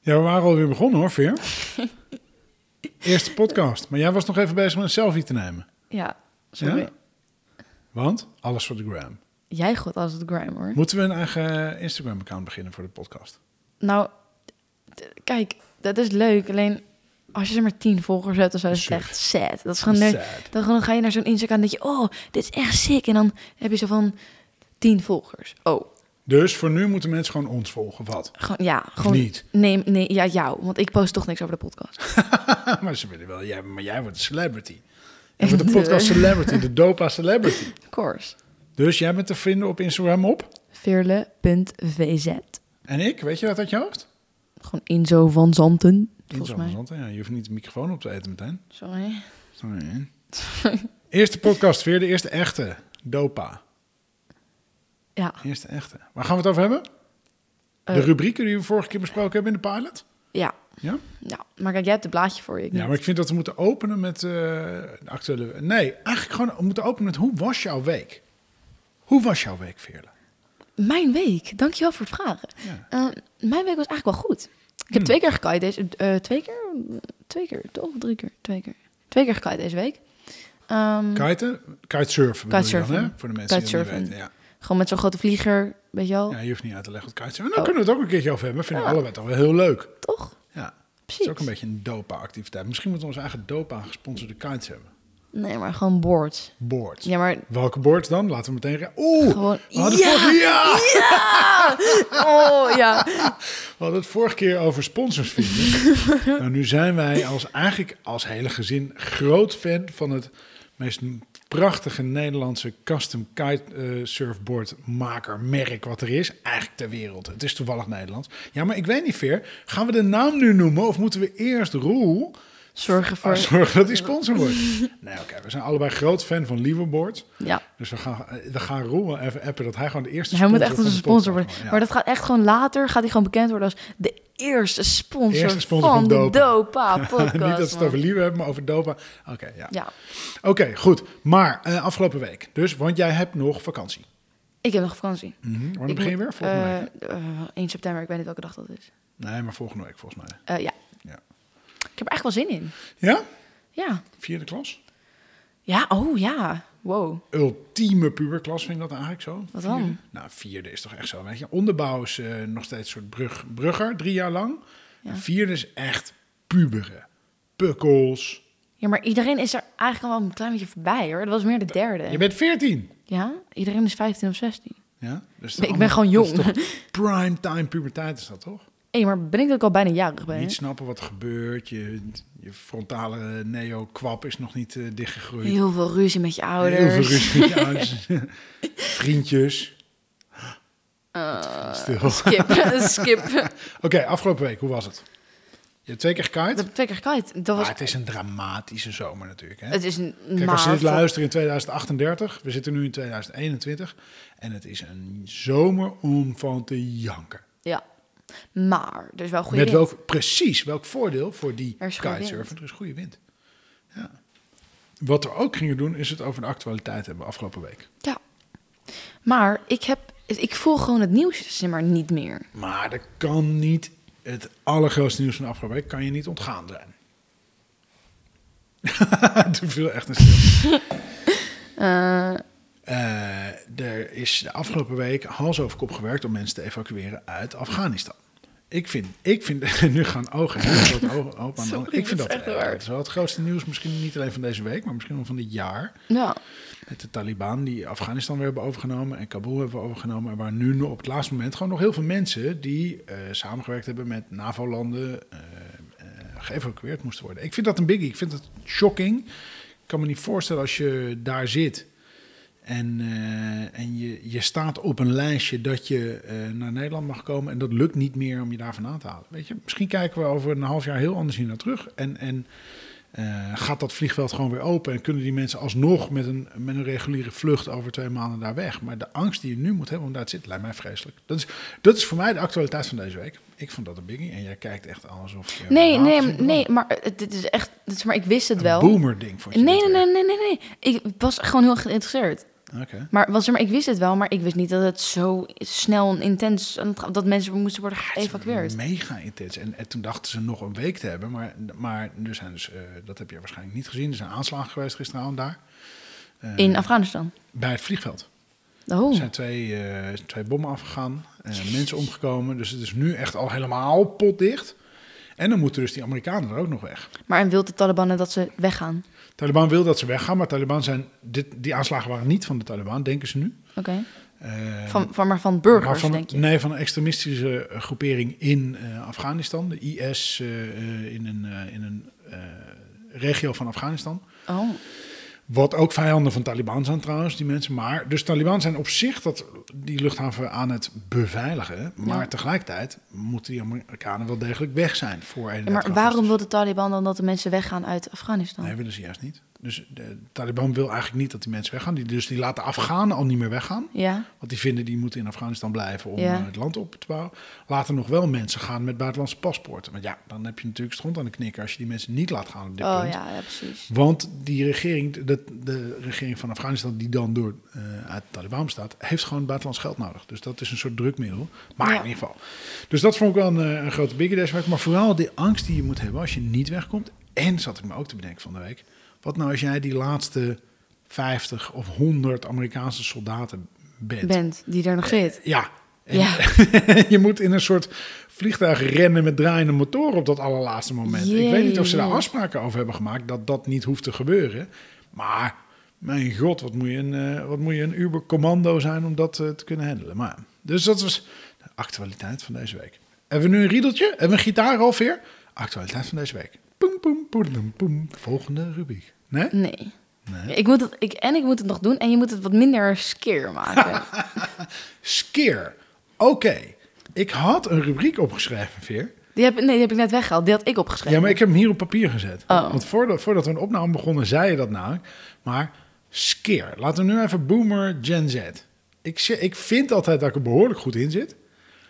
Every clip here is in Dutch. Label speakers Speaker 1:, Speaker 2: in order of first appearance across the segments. Speaker 1: Ja, we waren alweer begonnen hoor, Veer. Eerste podcast. Maar jij was nog even bezig met een selfie te nemen.
Speaker 2: Ja, sorry.
Speaker 1: Ja? Want alles voor de gram.
Speaker 2: Jij gooit alles op de gram hoor.
Speaker 1: Moeten we een eigen eh, Instagram-account beginnen voor de podcast?
Speaker 2: Nou, t- kijk, dat is leuk. Alleen als je er maar tien volgers hebt, dan is het
Speaker 1: Sick.
Speaker 2: echt sad. Dat is gewoon leuk.
Speaker 1: Sad.
Speaker 2: Dan, gewoon ga je naar zo'n Instagram en denk je, oh, dit is echt sick. En dan heb je zo van tien volgers. Oh,
Speaker 1: Dus voor nu moeten mensen gewoon ons volgen. Wat?
Speaker 2: gewoon, ja, gewoon.
Speaker 1: niet?
Speaker 2: Nee, nee, ja, jou. Want ik post toch niks over de podcast.
Speaker 1: maar ze willen wel, jij, maar jij wordt een celebrity. Jij wordt de podcast celebrity, de dopa celebrity.
Speaker 2: Of course.
Speaker 1: Dus jij bent te vinden op Instagram op.
Speaker 2: Veerle.vz.
Speaker 1: En ik, weet je dat uit je hoofd?
Speaker 2: Gewoon Inzo van Zanten, volgens
Speaker 1: Inzo van
Speaker 2: mij.
Speaker 1: Zanten, ja, je hoeft niet de microfoon op te eten meteen.
Speaker 2: Sorry.
Speaker 1: Sorry, hè? Eerste podcast weer, de eerste echte. Dopa.
Speaker 2: Ja,
Speaker 1: Eerste echte. Waar gaan we het over hebben? de
Speaker 2: Eh.
Speaker 1: rubrieken die we vorige keer besproken hebben in de pilot?
Speaker 2: ja.
Speaker 1: Ja?
Speaker 2: Ja, maar kijk, jij hebt het blaadje voor je. ik
Speaker 1: Ja,
Speaker 2: niet.
Speaker 1: maar ik vind dat we moeten openen met eh, de actuele... Nee, eigenlijk gewoon we moeten openen met hoe was jouw week? Hoe was jouw week, Veerle?
Speaker 2: Mijn week, dankjewel voor het vragen.
Speaker 1: Ja. Hmm.
Speaker 2: Eh, mijn week was eigenlijk wel goed. Ik heb twee keer gekaaid deze... eh, twee keer? Twee keer, toch? Of Drie keer? Twee keer. Twee keer gekaaid deze week. Ehm,
Speaker 1: Kiten? Kitesurfen bedoel je dan,
Speaker 2: Kitesurfen.
Speaker 1: hè? Voor de mensen die dat niet
Speaker 2: Kitesurfen.
Speaker 1: weten. Ja.
Speaker 2: Gewoon met zo'n grote vlieger, weet je wel?
Speaker 1: ja, je hoeft niet uit te leggen wat kitesurfen... Nou,
Speaker 2: Oh.
Speaker 1: kunnen we het ook een keertje over hebben. Vinden we
Speaker 2: Ja.
Speaker 1: allebei toch wel heel leuk.
Speaker 2: Toch?
Speaker 1: Ja. Het is
Speaker 2: Precies.
Speaker 1: ook een beetje een dopa-activiteit. Misschien moeten we onze eigen dopa-gesponsorde kites hebben.
Speaker 2: Nee, maar gewoon boards.
Speaker 1: Boards.
Speaker 2: Ja, maar...
Speaker 1: Welke boards dan? Laten we meteen... re- Oeh!
Speaker 2: Gewoon-
Speaker 1: we hadden
Speaker 2: Ja!
Speaker 1: vorige- ja!
Speaker 2: Oh, ja.
Speaker 1: We hadden het vorige keer over sponsors vinden. nou, nu zijn wij als, eigenlijk als hele gezin groot fan van het meest prachtige Nederlandse custom kite eh, surfboard maker merk wat er is. Eigenlijk ter wereld. Het is toevallig Nederlands. Ja, maar ik weet niet ver. Gaan we de naam nu noemen of moeten we eerst Roel
Speaker 2: Zorgen voor...
Speaker 1: zorgen dat hij sponsor wordt? nee, oké. we zijn allebei groot fan van Lieverboard.
Speaker 2: Ja.
Speaker 1: Dus we gaan, eh, we gaan Roel wel even appen dat hij gewoon de eerste
Speaker 2: Hij moet echt
Speaker 1: van
Speaker 2: onze
Speaker 1: de
Speaker 2: sponsor
Speaker 1: podcast
Speaker 2: worden.
Speaker 1: wordt. Ja.
Speaker 2: Maar dat gaat echt gewoon later, gaat hij gewoon bekend worden als de eerste sponsor,
Speaker 1: Eerste sponsor van
Speaker 2: de
Speaker 1: Dopa.
Speaker 2: Dopa podcast.
Speaker 1: Niet dat ze het
Speaker 2: man.
Speaker 1: over Liewe hebben, maar over Dopa. Oké, ja.
Speaker 2: Ja.
Speaker 1: Oké, goed. Maar eh, afgelopen week. Dus, want jij hebt nog vakantie.
Speaker 2: Ik heb nog vakantie.
Speaker 1: Mhm. Wanneer
Speaker 2: Ik
Speaker 1: begin je
Speaker 2: moet-
Speaker 1: weer? Volgende
Speaker 2: eh,
Speaker 1: week?
Speaker 2: eh, 1 september, ik weet niet welke dag dat is.
Speaker 1: Nee, maar volgende week volgens mij.
Speaker 2: Eh, ja,
Speaker 1: Ja?
Speaker 2: ik heb er echt wel zin in.
Speaker 1: ja?
Speaker 2: Ja.
Speaker 1: Vierde klas?
Speaker 2: Ja, oh ja. Wow.
Speaker 1: Ultieme puberklas vind ik dat eigenlijk zo.
Speaker 2: Wat dan?
Speaker 1: Vierde? Nou, vierde is toch echt zo. Weet je, onderbouw is eh, nog steeds een soort brug, brugger, drie jaar lang.
Speaker 2: Ja.
Speaker 1: Vierde is echt puberen. Pukkels.
Speaker 2: Ja, maar iedereen is er eigenlijk al wel een klein beetje voorbij hoor. Dat was meer de derde.
Speaker 1: Je bent veertien.
Speaker 2: Ja, iedereen is 15 of 16.
Speaker 1: Ja? Dus
Speaker 2: Ik ben gewoon jong.
Speaker 1: Prime time puberteit is dat toch?
Speaker 2: Hé, maar ben ik dat ik al bijna jarig ben?
Speaker 1: Niet snappen wat er gebeurt. Je, je frontale neo-kwap is nog niet eh, dichtgegroeid.
Speaker 2: Heel veel ruzie met je ouders.
Speaker 1: Heel veel ruzie met je ouders. Vriendjes.
Speaker 2: Ah.
Speaker 1: Stil.
Speaker 2: Skip, skip.
Speaker 1: Oké, afgelopen week, hoe was het? Je hebt twee keer gekaaid.
Speaker 2: Dat heb ik twee keer gekaaid. Dat was...
Speaker 1: Maar het is een dramatische zomer natuurlijk. Hè?
Speaker 2: Het is een
Speaker 1: Kijk, als je
Speaker 2: maar-
Speaker 1: dit luisteren in 2038, we zitten nu in 2021. En het is een zomer om van te janken.
Speaker 2: Ja. Maar, dus wel goed.
Speaker 1: Met welk, precies, welk voordeel voor die
Speaker 2: Er is goede
Speaker 1: kitesurfer?
Speaker 2: wind.
Speaker 1: Er is goede wind. Ja. Wat we ook gingen doen, is het over de actualiteit hebben afgelopen week.
Speaker 2: Ja. Maar ik heb... Ik voel gewoon het nieuws zeg maar niet meer.
Speaker 1: Maar dat kan niet, het allergrootste nieuws van de afgelopen week kan je niet ontgaan zijn. Toen viel echt een stil. Eh, er is de afgelopen week hals over kop gewerkt om mensen te evacueren uit Afghanistan. Ik vind, ik vind nu gaan ogen heel groot ogen open. aan de-
Speaker 2: Sorry,
Speaker 1: ik vind
Speaker 2: dat
Speaker 1: dat, eh,
Speaker 2: is echt waar.
Speaker 1: dat is wel het grootste nieuws, misschien niet alleen van deze week, maar misschien wel van dit jaar.
Speaker 2: Ja.
Speaker 1: Met de Taliban die Afghanistan weer hebben overgenomen en Kabul hebben overgenomen. En waar nu nog op het laatste moment gewoon nog heel veel mensen die eh, samengewerkt hebben met NAVO-landen eh, eh, geëvacueerd moesten worden. Ik vind dat een biggie. Ik vind dat shocking. Ik kan me niet voorstellen als je daar zit en, eh, en je, je staat op een lijstje dat je eh, naar Nederland mag komen. En dat lukt niet meer om je daarvan aan te halen. Weet je, misschien kijken we over een half jaar heel anders hier naar terug. En, en eh, gaat dat vliegveld gewoon weer open en kunnen die mensen alsnog met een, met een reguliere vlucht over twee maanden daar weg? Maar de angst die je nu moet hebben om daar te zitten, lijkt mij vreselijk. Dat is, dat is voor mij de actualiteit van deze week. Ik vond dat een biggie en jij kijkt echt aan alsof je...
Speaker 2: Nee,
Speaker 1: Nou,
Speaker 2: nee,
Speaker 1: het is een
Speaker 2: nee, maar eh, dit is echt, dit is, maar ik wist het
Speaker 1: Een
Speaker 2: wel.
Speaker 1: boomer ding voor je.
Speaker 2: Nee,
Speaker 1: dit
Speaker 2: nee,
Speaker 1: weer.
Speaker 2: nee, nee, nee, nee. Ik was gewoon heel geïnteresseerd.
Speaker 1: Oké.
Speaker 2: Maar, was er, maar ik wist het wel, maar ik wist niet dat het zo snel en intens... dat mensen moesten worden
Speaker 1: Ah,
Speaker 2: geëvacueerd.
Speaker 1: Mega intens. En, en toen dachten ze nog een week te hebben. Maar, maar er zijn dus, eh, dat heb je waarschijnlijk niet gezien. Er zijn aanslagen geweest gisteravond daar. Eh,
Speaker 2: In Afghanistan.
Speaker 1: Bij het vliegveld.
Speaker 2: Oh.
Speaker 1: Er zijn twee, eh, twee bommen afgegaan. eh, mensen omgekomen. Dus het is nu echt al helemaal potdicht. En dan moeten dus die Amerikanen er ook nog weg.
Speaker 2: Maar en wil de Taliban dat ze weggaan?
Speaker 1: Taliban wil dat ze weggaan. Maar Taliban zijn, dit, die aanslagen waren niet van de Taliban, denken ze nu.
Speaker 2: Oké.
Speaker 1: Eh,
Speaker 2: Van, van, maar van burgers,
Speaker 1: Maar van,
Speaker 2: denk je?
Speaker 1: Nee, van een extremistische eh, groepering in eh, Afghanistan. De IS eh, eh, in een, eh, in een eh, regio van Afghanistan.
Speaker 2: Oh.
Speaker 1: Wat ook vijanden van Taliban zijn trouwens, die mensen. Maar, dus Taliban zijn op zich dat, die luchthaven aan het beveiligen. Maar
Speaker 2: Ja.
Speaker 1: tegelijkertijd moeten die Amerikanen wel degelijk weg zijn voor 31
Speaker 2: Ja, maar
Speaker 1: augustus.
Speaker 2: waarom wil de Taliban dan dat de mensen weggaan uit Afghanistan?
Speaker 1: Nee, willen ze juist niet. Dus de Taliban wil eigenlijk niet dat die mensen weggaan. Die, dus die laten Afghanen al niet meer weggaan.
Speaker 2: Ja?
Speaker 1: Want die vinden die moeten in Afghanistan blijven om
Speaker 2: Ja.
Speaker 1: eh, het land op te bouwen. Laten nog wel mensen gaan met buitenlandse paspoorten. Want ja, dan heb je natuurlijk stront aan de knikker als je die mensen niet laat gaan op dit
Speaker 2: Oh
Speaker 1: punt.
Speaker 2: ja, ja, precies.
Speaker 1: Want die regering, de, de regering van Afghanistan, die dan door, eh, uit de Taliban bestaat, heeft gewoon buitenlands geld nodig. Dus dat is een soort drukmiddel. Maar
Speaker 2: Ja.
Speaker 1: in ieder geval. Dus dat vond ik wel een, eh, een grote biggie deze week. Maar vooral die angst die je moet hebben als je niet wegkomt. En zat ik me ook te bedenken van de week. Wat nou als jij die laatste 50 of 100 Amerikaanse soldaten bent?
Speaker 2: Bent die er
Speaker 1: Eh,
Speaker 2: nog zit.
Speaker 1: Ja. En
Speaker 2: Ja.
Speaker 1: je moet in een soort vliegtuig rennen met draaiende motoren op dat allerlaatste moment. Ik weet niet of ze daar
Speaker 2: Jee.
Speaker 1: afspraken over hebben gemaakt dat dat niet hoeft te gebeuren. Maar mijn god, wat moet je een, eh, wat moet je een Uber-commando zijn om dat eh, te kunnen handelen. Maar, dus dat was de actualiteit van deze week. Hebben we nu een riedeltje? Hebben we een gitaar alweer? Actualiteit van deze week. Poem, poem, poedeloem, poem. Volgende rubriek. Nee?
Speaker 2: Nee.
Speaker 1: Nee.
Speaker 2: Ik moet het, ik, en ik moet het nog doen en je moet het wat minder skeer maken.
Speaker 1: Skeer. Oké. Ik had een rubriek opgeschreven, Veer.
Speaker 2: Die heb, nee, die heb ik net weggehaald. Die had ik opgeschreven.
Speaker 1: Ja, maar ik heb hem hier op papier gezet.
Speaker 2: Oh.
Speaker 1: Want voordat, voordat we een opname begonnen, zei je dat namelijk. Maar skeer. Laten we nu even boomer Gen Z. Ik, zeg- ik vind altijd dat ik er behoorlijk goed in zit.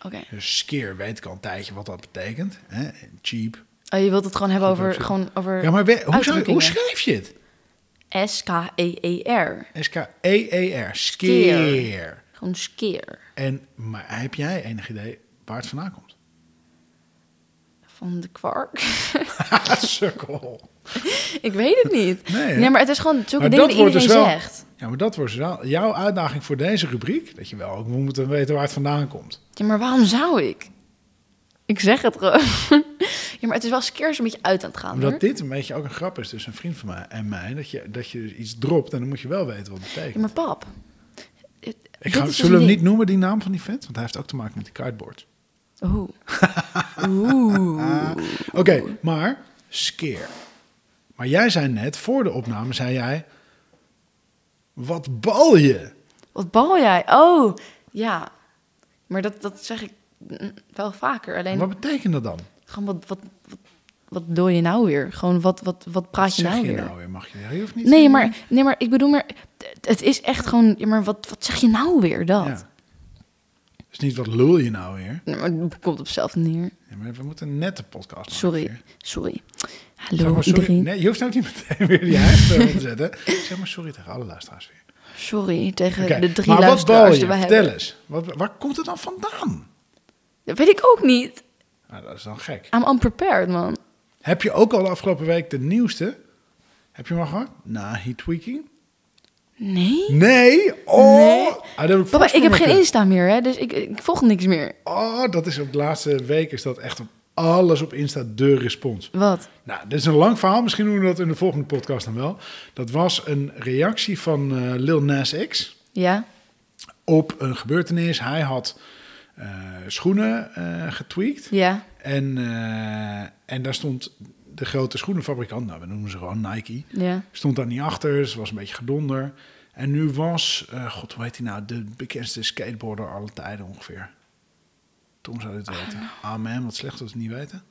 Speaker 2: Oké.
Speaker 1: Dus skeer weet ik al een tijdje wat dat betekent. Hè? Cheap.
Speaker 2: Oh, je wilt het gewoon hebben over,
Speaker 1: opzet.
Speaker 2: gewoon over
Speaker 1: Ja, maar we- hoe, zou- hoe
Speaker 2: uitdrukkingen. E
Speaker 1: schrijf je het?
Speaker 2: S-K-E-E-R.
Speaker 1: E S-K-E-E-R.
Speaker 2: Skeer.
Speaker 1: Skeer.
Speaker 2: Gewoon skeer.
Speaker 1: En, maar heb jij enig idee waar het vandaan komt?
Speaker 2: Van de kwark.
Speaker 1: Sukkel.
Speaker 2: ik weet het niet.
Speaker 1: Nee, hè?
Speaker 2: nee, maar het is gewoon zulke
Speaker 1: Maar
Speaker 2: dingen
Speaker 1: dat
Speaker 2: die
Speaker 1: wordt
Speaker 2: iedereen
Speaker 1: dus wel...
Speaker 2: zegt.
Speaker 1: Ja, maar dat wordt dus wel jouw uitdaging voor deze rubriek. Dat je wel ook moet weten waar het vandaan komt.
Speaker 2: Ja, maar waarom zou ik? Ik zeg het gewoon. ja, maar het is wel skeers een beetje uit aan het gaan.
Speaker 1: Omdat
Speaker 2: hoor.
Speaker 1: dit een beetje ook een grap is tussen een vriend van mij en mij. Dat je, dat je dus iets dropt en dan moet je wel weten wat het
Speaker 2: Ja,
Speaker 1: betekent.
Speaker 2: maar pap. het-
Speaker 1: ik
Speaker 2: dit
Speaker 1: ga,
Speaker 2: is
Speaker 1: zullen
Speaker 2: dus
Speaker 1: we
Speaker 2: een
Speaker 1: hem
Speaker 2: ding.
Speaker 1: niet noemen, die naam van die vent? Want hij heeft ook te maken met die cardboard.
Speaker 2: Oeh. Oeh.
Speaker 1: Oké, maar skeer. Maar jij zei net, voor de opname zei jij... Wat bal je?
Speaker 2: Wat bal jij? Oh, ja. Maar dat, dat zeg ik mm, wel vaker. Alleen
Speaker 1: Wat betekent dat dan?
Speaker 2: gewoon wat, wat, wat, wat doe je nou weer? Gewoon wat, wat, wat praat
Speaker 1: Wat
Speaker 2: je
Speaker 1: zeg
Speaker 2: nou
Speaker 1: je
Speaker 2: weer?
Speaker 1: nou weer? Mag je zeggen of niet?
Speaker 2: Nee maar, nee, maar ik bedoel, maar, het- het is echt gewoon... Ja, maar wat, wat zeg je nou weer, dat?
Speaker 1: Ja. Dus niet wat lul je nou weer?
Speaker 2: Nee, maar het komt op zelf neer.
Speaker 1: Ja, maar we moeten een nette podcast maken.
Speaker 2: Sorry,
Speaker 1: Veer.
Speaker 2: sorry.
Speaker 1: Zeg
Speaker 2: Hallo
Speaker 1: maar sorry.
Speaker 2: iedereen.
Speaker 1: Nee, je hoeft ook niet meteen weer die huisspel te zetten. Zeg maar sorry tegen alle luisteraars weer.
Speaker 2: Sorry tegen
Speaker 1: Oké,
Speaker 2: de drie
Speaker 1: maar wat bal
Speaker 2: luisteraars die
Speaker 1: je?
Speaker 2: we
Speaker 1: Vertel
Speaker 2: hebben.
Speaker 1: eens. Wat, waar komt het dan vandaan?
Speaker 2: Dat weet ik ook niet.
Speaker 1: Nou, dat is dan gek.
Speaker 2: I'm unprepared, man.
Speaker 1: Heb je ook al de afgelopen week de nieuwste? Heb je hem al gehoord? Nahi tweaking?
Speaker 2: Nee?
Speaker 1: Nee? Oh!
Speaker 2: Nee.
Speaker 1: Ah, dat heb ik,
Speaker 2: Papa,
Speaker 1: vast
Speaker 2: ik heb
Speaker 1: niet
Speaker 2: geen
Speaker 1: meer
Speaker 2: Insta meer, hè, dus ik, ik volg niks meer.
Speaker 1: kunnen. Oh, dat is op de laatste week is dat echt op alles op Insta de respons.
Speaker 2: Wat?
Speaker 1: Nou, dit is een lang verhaal. Misschien doen we dat in de volgende podcast dan wel. Dat was een reactie van eh, Lil Nas X.
Speaker 2: Ja?
Speaker 1: op een gebeurtenis. Hij had eh, schoenen eh getweakt.
Speaker 2: Ja?
Speaker 1: En, eh, en daar stond de grote schoenenfabrikant, nou we noemen ze gewoon Nike,
Speaker 2: Ja?
Speaker 1: stond daar niet achter. Ze was een beetje gedonder. En nu was, eh, god hoe heet hij nou, de bekendste skateboarder alle tijden ongeveer. Tom zou dit weten. Ah man, wat slecht dat we het niet weten.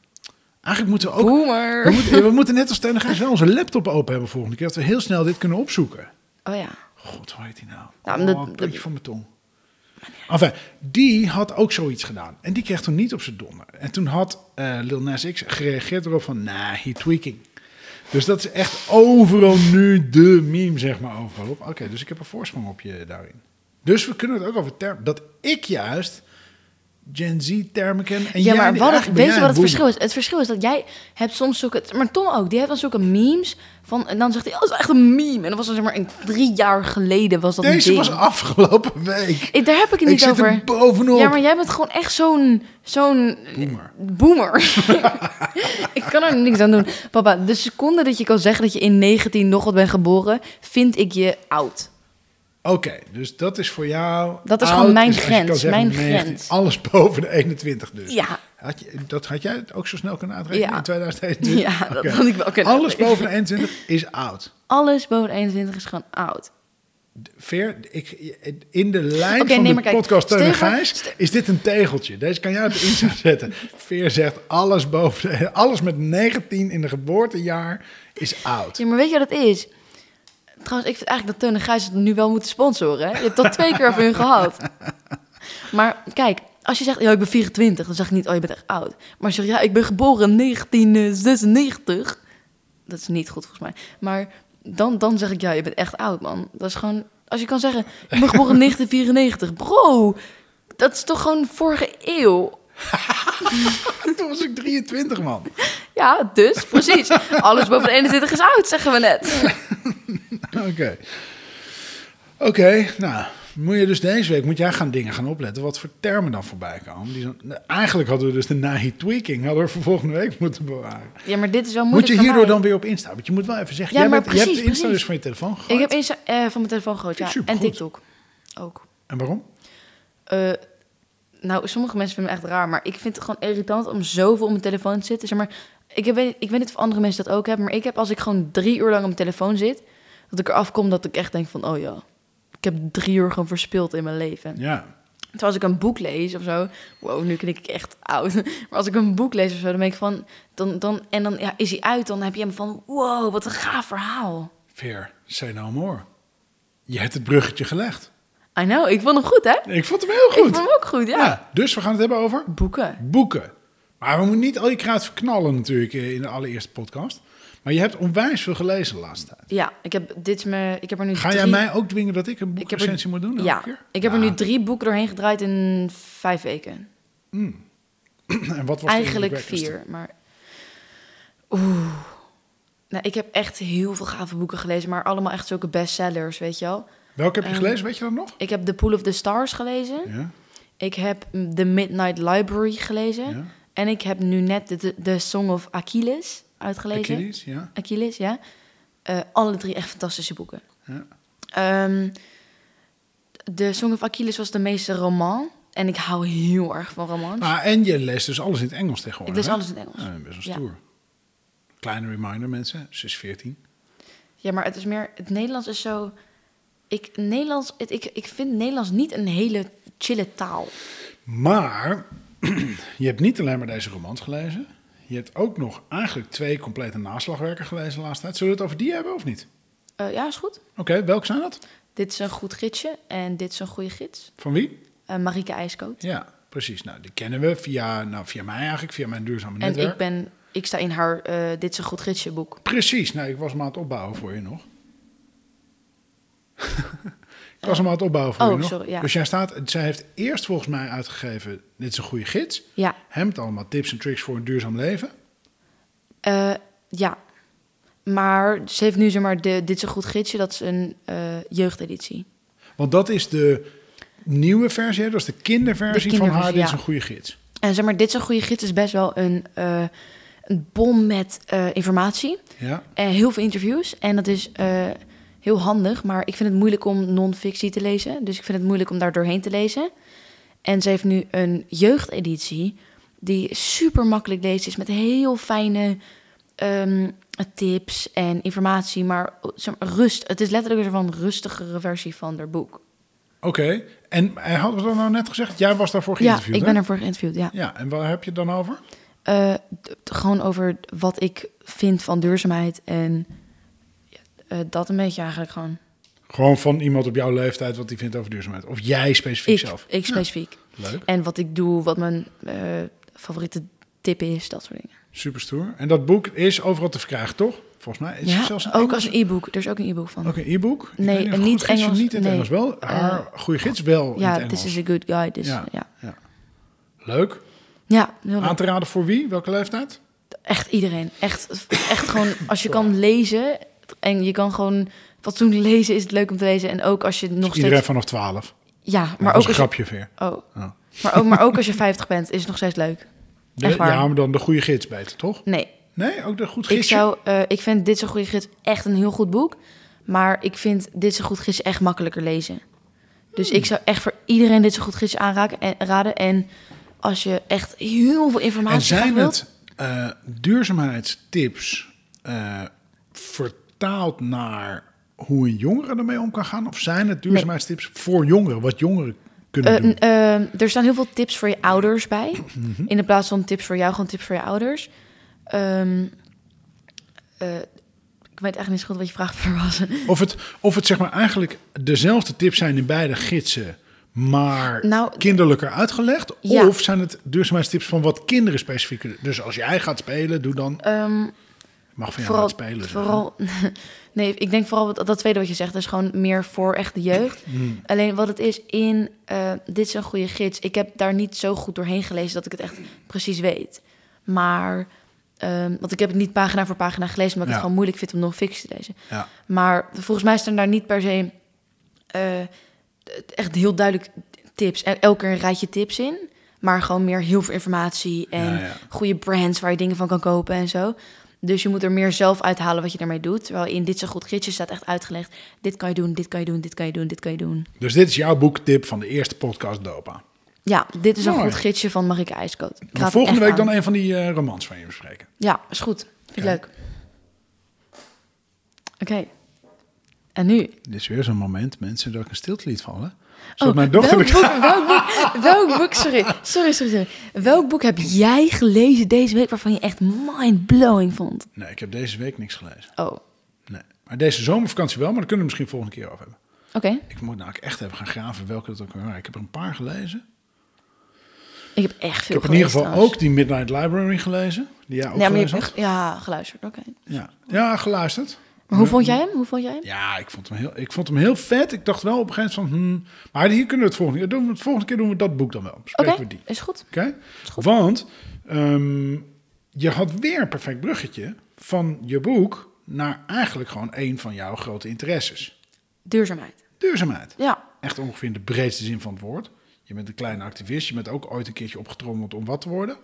Speaker 1: Eigenlijk moeten we ook... We
Speaker 2: Boomer!
Speaker 1: moeten, we moeten net als Tenegaan wel onze laptop open hebben volgende keer. Dat we heel snel dit kunnen opzoeken.
Speaker 2: Oh ja.
Speaker 1: God, hoe heet die nou?
Speaker 2: Nou,
Speaker 1: oh,
Speaker 2: dat-
Speaker 1: een
Speaker 2: dat-
Speaker 1: puntje van mijn tong. Enfin, die had ook zoiets gedaan. En die kreeg toen niet op zijn donder. En toen had eh, Lil Nas X gereageerd erop van... Nah, he tweaking. Dus dat is echt overal nu de meme, zeg maar, overal op. Oké, dus ik heb een voorsprong op je daarin. Dus we kunnen het ook over termen. Dat ik juist Gen Z-termen ken. En
Speaker 2: ja,
Speaker 1: jij
Speaker 2: maar
Speaker 1: niet.
Speaker 2: wat het,
Speaker 1: Eigenlijk ben
Speaker 2: weet je
Speaker 1: jij
Speaker 2: wat het
Speaker 1: een
Speaker 2: verschil is? Het verschil is dat jij hebt soms zulke... Maar Tom ook, die heeft dan zulke memes van... En dan zegt hij, oh, dat is echt een meme. En dat was dan zeg maar een, drie jaar geleden was dat
Speaker 1: boomer.
Speaker 2: een
Speaker 1: Deze
Speaker 2: ding.
Speaker 1: was afgelopen week.
Speaker 2: Ik- daar heb ik het
Speaker 1: Ik
Speaker 2: niet
Speaker 1: zit
Speaker 2: over.
Speaker 1: er bovenop.
Speaker 2: Ja, maar jij bent gewoon echt zo'n zo'n
Speaker 1: Boomer.
Speaker 2: boomer. ik kan er niks aan doen. Papa, de seconde dat je kan zeggen dat je in 19 nog wat bent geboren, vind ik je oud.
Speaker 1: Oké, dus dat is voor jou...
Speaker 2: Dat is
Speaker 1: oud, dus
Speaker 2: gewoon mijn
Speaker 1: als je kan
Speaker 2: grens, mijn
Speaker 1: 19,
Speaker 2: grens.
Speaker 1: Alles boven de 21 dus.
Speaker 2: Ja,
Speaker 1: Had je, dat had jij ook zo snel kunnen uitrekenen
Speaker 2: Ja.
Speaker 1: in 2021?
Speaker 2: ja dat
Speaker 1: Oké.
Speaker 2: had ik wel kunnen.
Speaker 1: Alles boven de 21 is oud.
Speaker 2: Alles boven de 21 is gewoon oud.
Speaker 1: Veer, ik, in de lijn
Speaker 2: Oké,
Speaker 1: van
Speaker 2: nee,
Speaker 1: de
Speaker 2: maar kijk,
Speaker 1: podcast Teun en
Speaker 2: Steven-
Speaker 1: Gijs is dit een tegeltje. Deze kan jij op de Insta zetten. Veer zegt alles, boven de- alles met 19 in de geboortejaar is oud.
Speaker 2: Ja, maar weet je wat het is? Trouwens, ik vind eigenlijk dat Teun en Gijs het nu wel moeten sponsoren. hè? Je hebt dat twee keer over hun gehad. Maar kijk, als je zegt, ja, ik ben 24, dan zeg ik niet, oh, je bent echt oud. Maar als je zegt, ja, ik ben geboren in 1996. Dat is niet goed, volgens mij. Maar dan, dan zeg ik, ja, je bent echt oud, man. Dat is gewoon, als je kan zeggen, ik ben geboren in 1994. Bro, dat is toch gewoon vorige eeuw?
Speaker 1: Toen was ik 23, man.
Speaker 2: Ja, dus, precies. Alles boven de 21 is oud, zeggen we net.
Speaker 1: Oké. Oké, nou, moet je dus deze week, moet jij gaan dingen gaan opletten wat voor termen dan voorbij komen. Die zo- nou, eigenlijk hadden we dus de nahi tweaking, hadden we voor volgende week moeten bewaren.
Speaker 2: Ja, maar dit is wel
Speaker 1: Moet
Speaker 2: moeilijk
Speaker 1: je
Speaker 2: voor
Speaker 1: hierdoor
Speaker 2: mij.
Speaker 1: dan weer op Insta? Want je moet wel even zeggen,
Speaker 2: Ja,
Speaker 1: jij
Speaker 2: maar
Speaker 1: bent- je hebt de
Speaker 2: precies,
Speaker 1: Insta
Speaker 2: precies.
Speaker 1: dus van je telefoon gehad.
Speaker 2: Ik heb Insta eh, van mijn telefoon gehad,
Speaker 1: Vind
Speaker 2: ja.
Speaker 1: ik
Speaker 2: En
Speaker 1: supergoed.
Speaker 2: TikTok ook.
Speaker 1: En waarom?
Speaker 2: Eh, nou, sommige mensen vinden me echt raar, maar ik vind het gewoon irritant om zoveel op mijn telefoon te zitten. Zeg maar, ik, heb, ik weet niet of andere mensen dat ook hebben, maar ik heb als ik gewoon drie uur lang op mijn telefoon zit, dat ik eraf kom dat ik echt denk van, oh ja, ik heb drie uur gewoon verspild in mijn leven.
Speaker 1: Ja.
Speaker 2: Terwijl als ik een boek lees of zo, wow, nu klink ik echt oud. Maar als ik een boek lees of zo, dan ben ik van, dan, dan, en dan ja, is hij uit, dan heb je hem van, wow, wat een gaaf verhaal.
Speaker 1: Veer, say no more. Je hebt het bruggetje gelegd.
Speaker 2: I know, ik vond hem goed, hè?
Speaker 1: Ik vond hem heel
Speaker 2: Ik vond
Speaker 1: goed.
Speaker 2: hem ook goed,
Speaker 1: Ja.
Speaker 2: ja.
Speaker 1: dus we gaan het hebben over
Speaker 2: Boeken.
Speaker 1: boeken. Maar we moeten niet al je kraat verknallen natuurlijk eh, in de allereerste podcast. Maar je hebt onwijs veel gelezen de laatste tijd.
Speaker 2: Ja, ik heb, dit is me, ik heb er nu
Speaker 1: Ga
Speaker 2: drie...
Speaker 1: jij mij ook dwingen dat ik een
Speaker 2: heb er-
Speaker 1: boekrecensie moet doen? elke
Speaker 2: Ja,
Speaker 1: keer? Nou.
Speaker 2: ik heb er
Speaker 1: Ja.
Speaker 2: nu drie boeken doorheen gedraaid in vijf weken.
Speaker 1: En wat was de
Speaker 2: Eigenlijk
Speaker 1: indrukwekkendste?
Speaker 2: vier, maar... Oeh. Nou, ik heb echt heel veel gave boeken gelezen, maar allemaal echt zulke bestsellers, weet je wel.
Speaker 1: Welke heb je
Speaker 2: Ehm,
Speaker 1: gelezen? Weet je dat nog?
Speaker 2: Ik heb The Pool of the Stars gelezen.
Speaker 1: Ja,
Speaker 2: Ik heb The Midnight Library gelezen.
Speaker 1: ja.
Speaker 2: En ik heb nu net de, de, de Song of Achilles uitgelezen.
Speaker 1: Achilles, ja.
Speaker 2: Achilles, ja. Eh, alle drie echt fantastische boeken.
Speaker 1: Ja.
Speaker 2: Ehm, de Song of Achilles was de meeste roman. En ik hou heel erg van romans.
Speaker 1: Ah, en je leest dus alles in het Engels
Speaker 2: ik
Speaker 1: tegenwoordig.
Speaker 2: lees
Speaker 1: hè?
Speaker 2: alles in het Engels.
Speaker 1: Ja, best wel
Speaker 2: Ja.
Speaker 1: stoer. Kleine reminder mensen, ze is 14.
Speaker 2: Ja, maar het is meer... Het Nederlands is zo... Ik, Nederlands, het- ik, ik vind Nederlands niet een hele chille taal.
Speaker 1: Maar je hebt niet alleen maar deze romans gelezen. Je hebt ook nog eigenlijk twee complete naslagwerken gelezen de laatste tijd. Zullen we het over die hebben of niet?
Speaker 2: Eh, ja, is goed.
Speaker 1: Oké, welke zijn dat?
Speaker 2: Dit is een goed gidsje en dit is een goede gids.
Speaker 1: Van wie?
Speaker 2: Eh Marike IJskoot.
Speaker 1: Ja, precies. Nou, die kennen we via, nou, via mij eigenlijk, via mijn duurzame
Speaker 2: En
Speaker 1: netwerk.
Speaker 2: ik ben... Ik sta in haar eh, Dit is een goed gidsje boek.
Speaker 1: Precies. Nou, ik was hem aan het opbouwen voor je nog. ik was hem aan het opbouwen voor
Speaker 2: Oh,
Speaker 1: je nog.
Speaker 2: sorry, ja.
Speaker 1: Dus jij staat, zij heeft eerst volgens mij uitgegeven, dit is een goede gids.
Speaker 2: Ja.
Speaker 1: Hem met allemaal tips en tricks voor een duurzaam leven.
Speaker 2: Eh, ja. Maar ze heeft nu zeg maar de Dit is een goed gidsje. Dat is een eh, jeugdeditie.
Speaker 1: Want dat is de nieuwe versie, hè? dat is de kinderversie
Speaker 2: De
Speaker 1: van haar.
Speaker 2: kinderversie,
Speaker 1: Dit is
Speaker 2: ja.
Speaker 1: een goede gids.
Speaker 2: En zeg maar, Dit is een goede gids is best wel een, eh, een bom met eh, informatie.
Speaker 1: Ja.
Speaker 2: en heel veel interviews. En dat is eh, heel handig. Maar ik vind het moeilijk om non-fictie te lezen. Dus ik vind het moeilijk om daar doorheen te lezen. En ze heeft nu een jeugdeditie. Die super makkelijk lezen is. Met heel fijne ehm, tips en informatie. Maar zeg maar, rust. Het is letterlijk een soort van rustigere versie van haar boek.
Speaker 1: Oké. En, en hadden we dat nou net gezegd? Jij was daarvoor
Speaker 2: Ja,
Speaker 1: geïnterviewd.
Speaker 2: ik ben
Speaker 1: hè?
Speaker 2: ervoor geïnterviewd. Ja.
Speaker 1: Ja, en waar heb je het dan over?
Speaker 2: Eh, d- gewoon over wat ik vind van duurzaamheid. En ja, eh, dat een beetje eigenlijk gewoon.
Speaker 1: Gewoon van iemand op jouw leeftijd wat hij vindt over duurzaamheid. Of jij specifiek
Speaker 2: Ik,
Speaker 1: zelf.
Speaker 2: ik specifiek.
Speaker 1: Leuk.
Speaker 2: En wat ik doe, wat mijn eh, favoriete tip is, dat soort dingen.
Speaker 1: Super stoer. En dat boek is overal te verkrijgen, toch? Volgens mij is het
Speaker 2: ja,
Speaker 1: zelfs een
Speaker 2: ook als
Speaker 1: Engels-
Speaker 2: een e-book. Er is ook een e-book van.
Speaker 1: ook een e-book. Ik
Speaker 2: Nee,
Speaker 1: weet niet of
Speaker 2: en niet
Speaker 1: Goed Gids of
Speaker 2: Engels,
Speaker 1: Niet in het
Speaker 2: nee. Eh,
Speaker 1: Engels wel. Haar goede gids wel in het
Speaker 2: ja,
Speaker 1: Engels.
Speaker 2: this is a good guy. Dus,
Speaker 1: Ja.
Speaker 2: ja. Ja.
Speaker 1: Leuk.
Speaker 2: heel leuk.
Speaker 1: Aan te raden voor wie? Welke leeftijd?
Speaker 2: Echt iedereen. Echt, echt gewoon, als je kan lezen en je kan gewoon fatsoenlijk lezen, is het leuk om te lezen. En ook als je nog steeds...
Speaker 1: Iedereen vanaf 12.
Speaker 2: Ja,
Speaker 1: Maar
Speaker 2: maar
Speaker 1: dat is
Speaker 2: ook,
Speaker 1: een
Speaker 2: als je,
Speaker 1: grapje weer.
Speaker 2: oh.
Speaker 1: Oh.
Speaker 2: maar, ook, maar ook als je 50 bent, is het nog steeds leuk.
Speaker 1: De-
Speaker 2: Echt waar.
Speaker 1: Ja, maar dan de goede gids beter, toch?
Speaker 2: Nee,
Speaker 1: Nee, ook de goed
Speaker 2: ik,
Speaker 1: gids.
Speaker 2: zou, eh, ik vind Dit is een Goede Gids echt een heel goed boek. Maar ik vind Dit is een Goed Gids echt makkelijker lezen. Dus
Speaker 1: Hmm.
Speaker 2: ik zou echt voor iedereen Dit is een Goed Gids aanraken en raden. En als je echt heel veel informatie
Speaker 1: En zijn
Speaker 2: graag wilt...
Speaker 1: het eh, duurzaamheidstips eh, vertaald naar hoe een jongere ermee om kan gaan? Of zijn het duurzaamheidstips voor jongeren? Wat jongeren kunnen
Speaker 2: Eh,
Speaker 1: doen?
Speaker 2: n- eh, er staan heel veel tips voor je ouders bij.
Speaker 1: Mhm.
Speaker 2: In de plaats van tips voor jou, gewoon tips voor je ouders. Ehm, eh, ik weet eigenlijk niet zo goed wat je vraag voor was.
Speaker 1: Of het, of het zeg maar eigenlijk dezelfde tips zijn in beide gidsen, maar
Speaker 2: Nou,
Speaker 1: kinderlijker uitgelegd?
Speaker 2: Ja.
Speaker 1: Of zijn het duurzaamheidstips van wat kinderen specifiek kunnen? Dus als jij gaat spelen, doe dan...
Speaker 2: ehm,
Speaker 1: Mag van jou
Speaker 2: vooral,
Speaker 1: wat spelen. dus. zeggen.
Speaker 2: vooral, nee, ik denk vooral dat, dat tweede wat je zegt, dat is gewoon meer voor echt de jeugd.
Speaker 1: Mm.
Speaker 2: Alleen wat het is in, eh, dit is een goede gids. Ik heb daar niet zo goed doorheen gelezen dat ik het echt precies weet. Maar, ehm, want ik heb het niet pagina voor pagina gelezen, omdat ik
Speaker 1: Ja.
Speaker 2: het gewoon moeilijk vind om non-fiction te lezen.
Speaker 1: Ja.
Speaker 2: Maar volgens mij staan daar niet per se eh, echt heel duidelijk tips. En elke keer een rijtje tips in. Maar gewoon meer heel veel informatie en
Speaker 1: Ja, ja.
Speaker 2: goede brands waar je dingen van kan kopen en zo. Dus je moet er meer zelf uithalen wat je daarmee doet. Terwijl in dit zo goed gidsje staat echt uitgelegd. Dit kan je doen, dit kan je doen, dit kan je doen, dit kan je doen.
Speaker 1: Dus dit is jouw boektip van de eerste podcast Dopa.
Speaker 2: Ja, dit is een
Speaker 1: Mooi.
Speaker 2: goed gidsje van Marike IJskoot. Ik raad
Speaker 1: Maar
Speaker 2: het
Speaker 1: volgende
Speaker 2: echt
Speaker 1: week
Speaker 2: aan.
Speaker 1: dan een van die eh, romans van je bespreken.
Speaker 2: Ja, is goed. Vind ik
Speaker 1: Oké.
Speaker 2: leuk. Oké. En nu?
Speaker 1: Dit is weer zo'n moment, mensen, dat ik een stilte liet vallen. Zodat
Speaker 2: Oh,
Speaker 1: mijn dochter...
Speaker 2: welk, boek, welk, boek, welk boek, sorry, sorry, sorry, sorry. Welk boek heb jij gelezen deze week waarvan je echt mind-blowing vond?
Speaker 1: Nee, ik heb deze week niks gelezen.
Speaker 2: Oh, oké.
Speaker 1: Nee. Maar deze zomervakantie wel, maar daar kunnen we misschien volgende keer over hebben. Ik moet nou ook echt even gaan graven welke dat ook waren. Ik heb er een paar gelezen.
Speaker 2: Ik heb echt
Speaker 1: Ik
Speaker 2: veel
Speaker 1: heb in ieder geval
Speaker 2: gelezen
Speaker 1: ook die Midnight Library gelezen. Die jij ook
Speaker 2: trouwens. Ja, maar je
Speaker 1: gelezen
Speaker 2: hebt
Speaker 1: had.
Speaker 2: echt, ja, geluisterd, oké.
Speaker 1: Ja. ja, geluisterd.
Speaker 2: Maar hoe vond jij hem? Hoe vond jij hem?
Speaker 1: Ja, ik vond, hem heel, ik vond hem heel vet. Ik dacht wel op een gegeven moment van... hmm, maar hier kunnen we het volgende keer doen. we- Volgende keer doen we dat boek dan wel.
Speaker 2: Oké,
Speaker 1: Bespreken we die.
Speaker 2: is goed.
Speaker 1: Oké? Want ehm, je had weer een perfect bruggetje van je boek naar eigenlijk gewoon een van jouw grote interesses:
Speaker 2: Duurzaamheid.
Speaker 1: duurzaamheid.
Speaker 2: Ja,
Speaker 1: Echt ongeveer in de breedste zin van het woord. Je bent een kleine activist, je bent ook ooit een keertje opgetrommeld om wat te worden.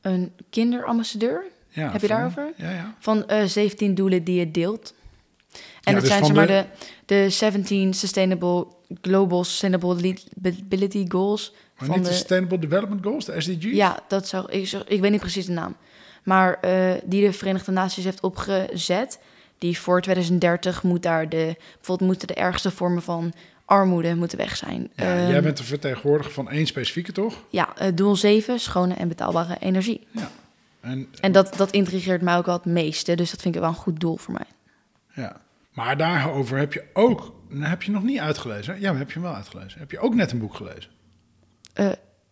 Speaker 2: een kinderambassadeur.
Speaker 1: Ja,
Speaker 2: Heb je
Speaker 1: van-
Speaker 2: daarover?
Speaker 1: Ja, ja.
Speaker 2: Van eh, 17 doelen die je deelt. En
Speaker 1: Ja,
Speaker 2: dat
Speaker 1: dus
Speaker 2: zijn
Speaker 1: van
Speaker 2: zeg maar
Speaker 1: de-
Speaker 2: de, de 17 Sustainable Global Sustainability Goals.
Speaker 1: Maar
Speaker 2: van
Speaker 1: niet de
Speaker 2: de,
Speaker 1: Sustainable Development Goals, de SDG's?
Speaker 2: Ja, dat zou ik, zou- ik weet niet precies de naam. Maar eh, die de Verenigde Naties heeft opgezet. Die voor 2030 moet daar de. Bijvoorbeeld moeten de ergste vormen van armoede moeten weg zijn.
Speaker 1: Ja,
Speaker 2: Ehm,
Speaker 1: jij bent de vertegenwoordiger van één specifieke, toch?
Speaker 2: ja, eh, doel 7, schone en betaalbare energie.
Speaker 1: Ja. En,
Speaker 2: En dat, dat intrigeert mij ook wel het meeste. Dus dat vind ik wel een goed doel voor mij.
Speaker 1: ja. Maar daarover heb je ook... nou, heb je nog niet uitgelezen. Ja, maar heb je hem wel uitgelezen. Heb je ook net een boek gelezen?
Speaker 2: Eh,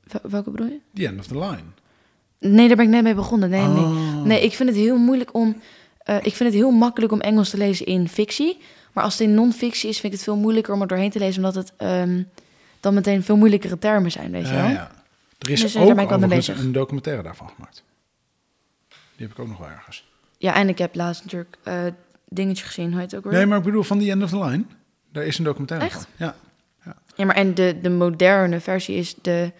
Speaker 2: wel- welke bedoel je?
Speaker 1: The End of the Line.
Speaker 2: Nee, daar ben ik net mee begonnen. Nee,
Speaker 1: Oh.
Speaker 2: nee. nee ik vind het heel moeilijk om. eh, ik vind het heel makkelijk om Engels te lezen in fictie. Maar als het in non-fictie is, vind ik het veel moeilijker om er doorheen te lezen. Omdat het ehm, dan meteen veel moeilijkere termen zijn, weet je
Speaker 1: Ja,
Speaker 2: wel?
Speaker 1: ja. Er is
Speaker 2: Dus, eh, daar
Speaker 1: ook
Speaker 2: ben ik wel mee
Speaker 1: overigens
Speaker 2: bezig.
Speaker 1: een documentaire daarvan gemaakt. Die heb ik ook nog wel ergens.
Speaker 2: Ja, en ik heb laatst natuurlijk eh, dingetje gezien, hoe heet het ook weer?
Speaker 1: Nee, maar ik bedoel van The End of the Line. Daar is een documentaire
Speaker 2: Echt?
Speaker 1: van. Ja.
Speaker 2: Ja, maar en de, de moderne versie is de...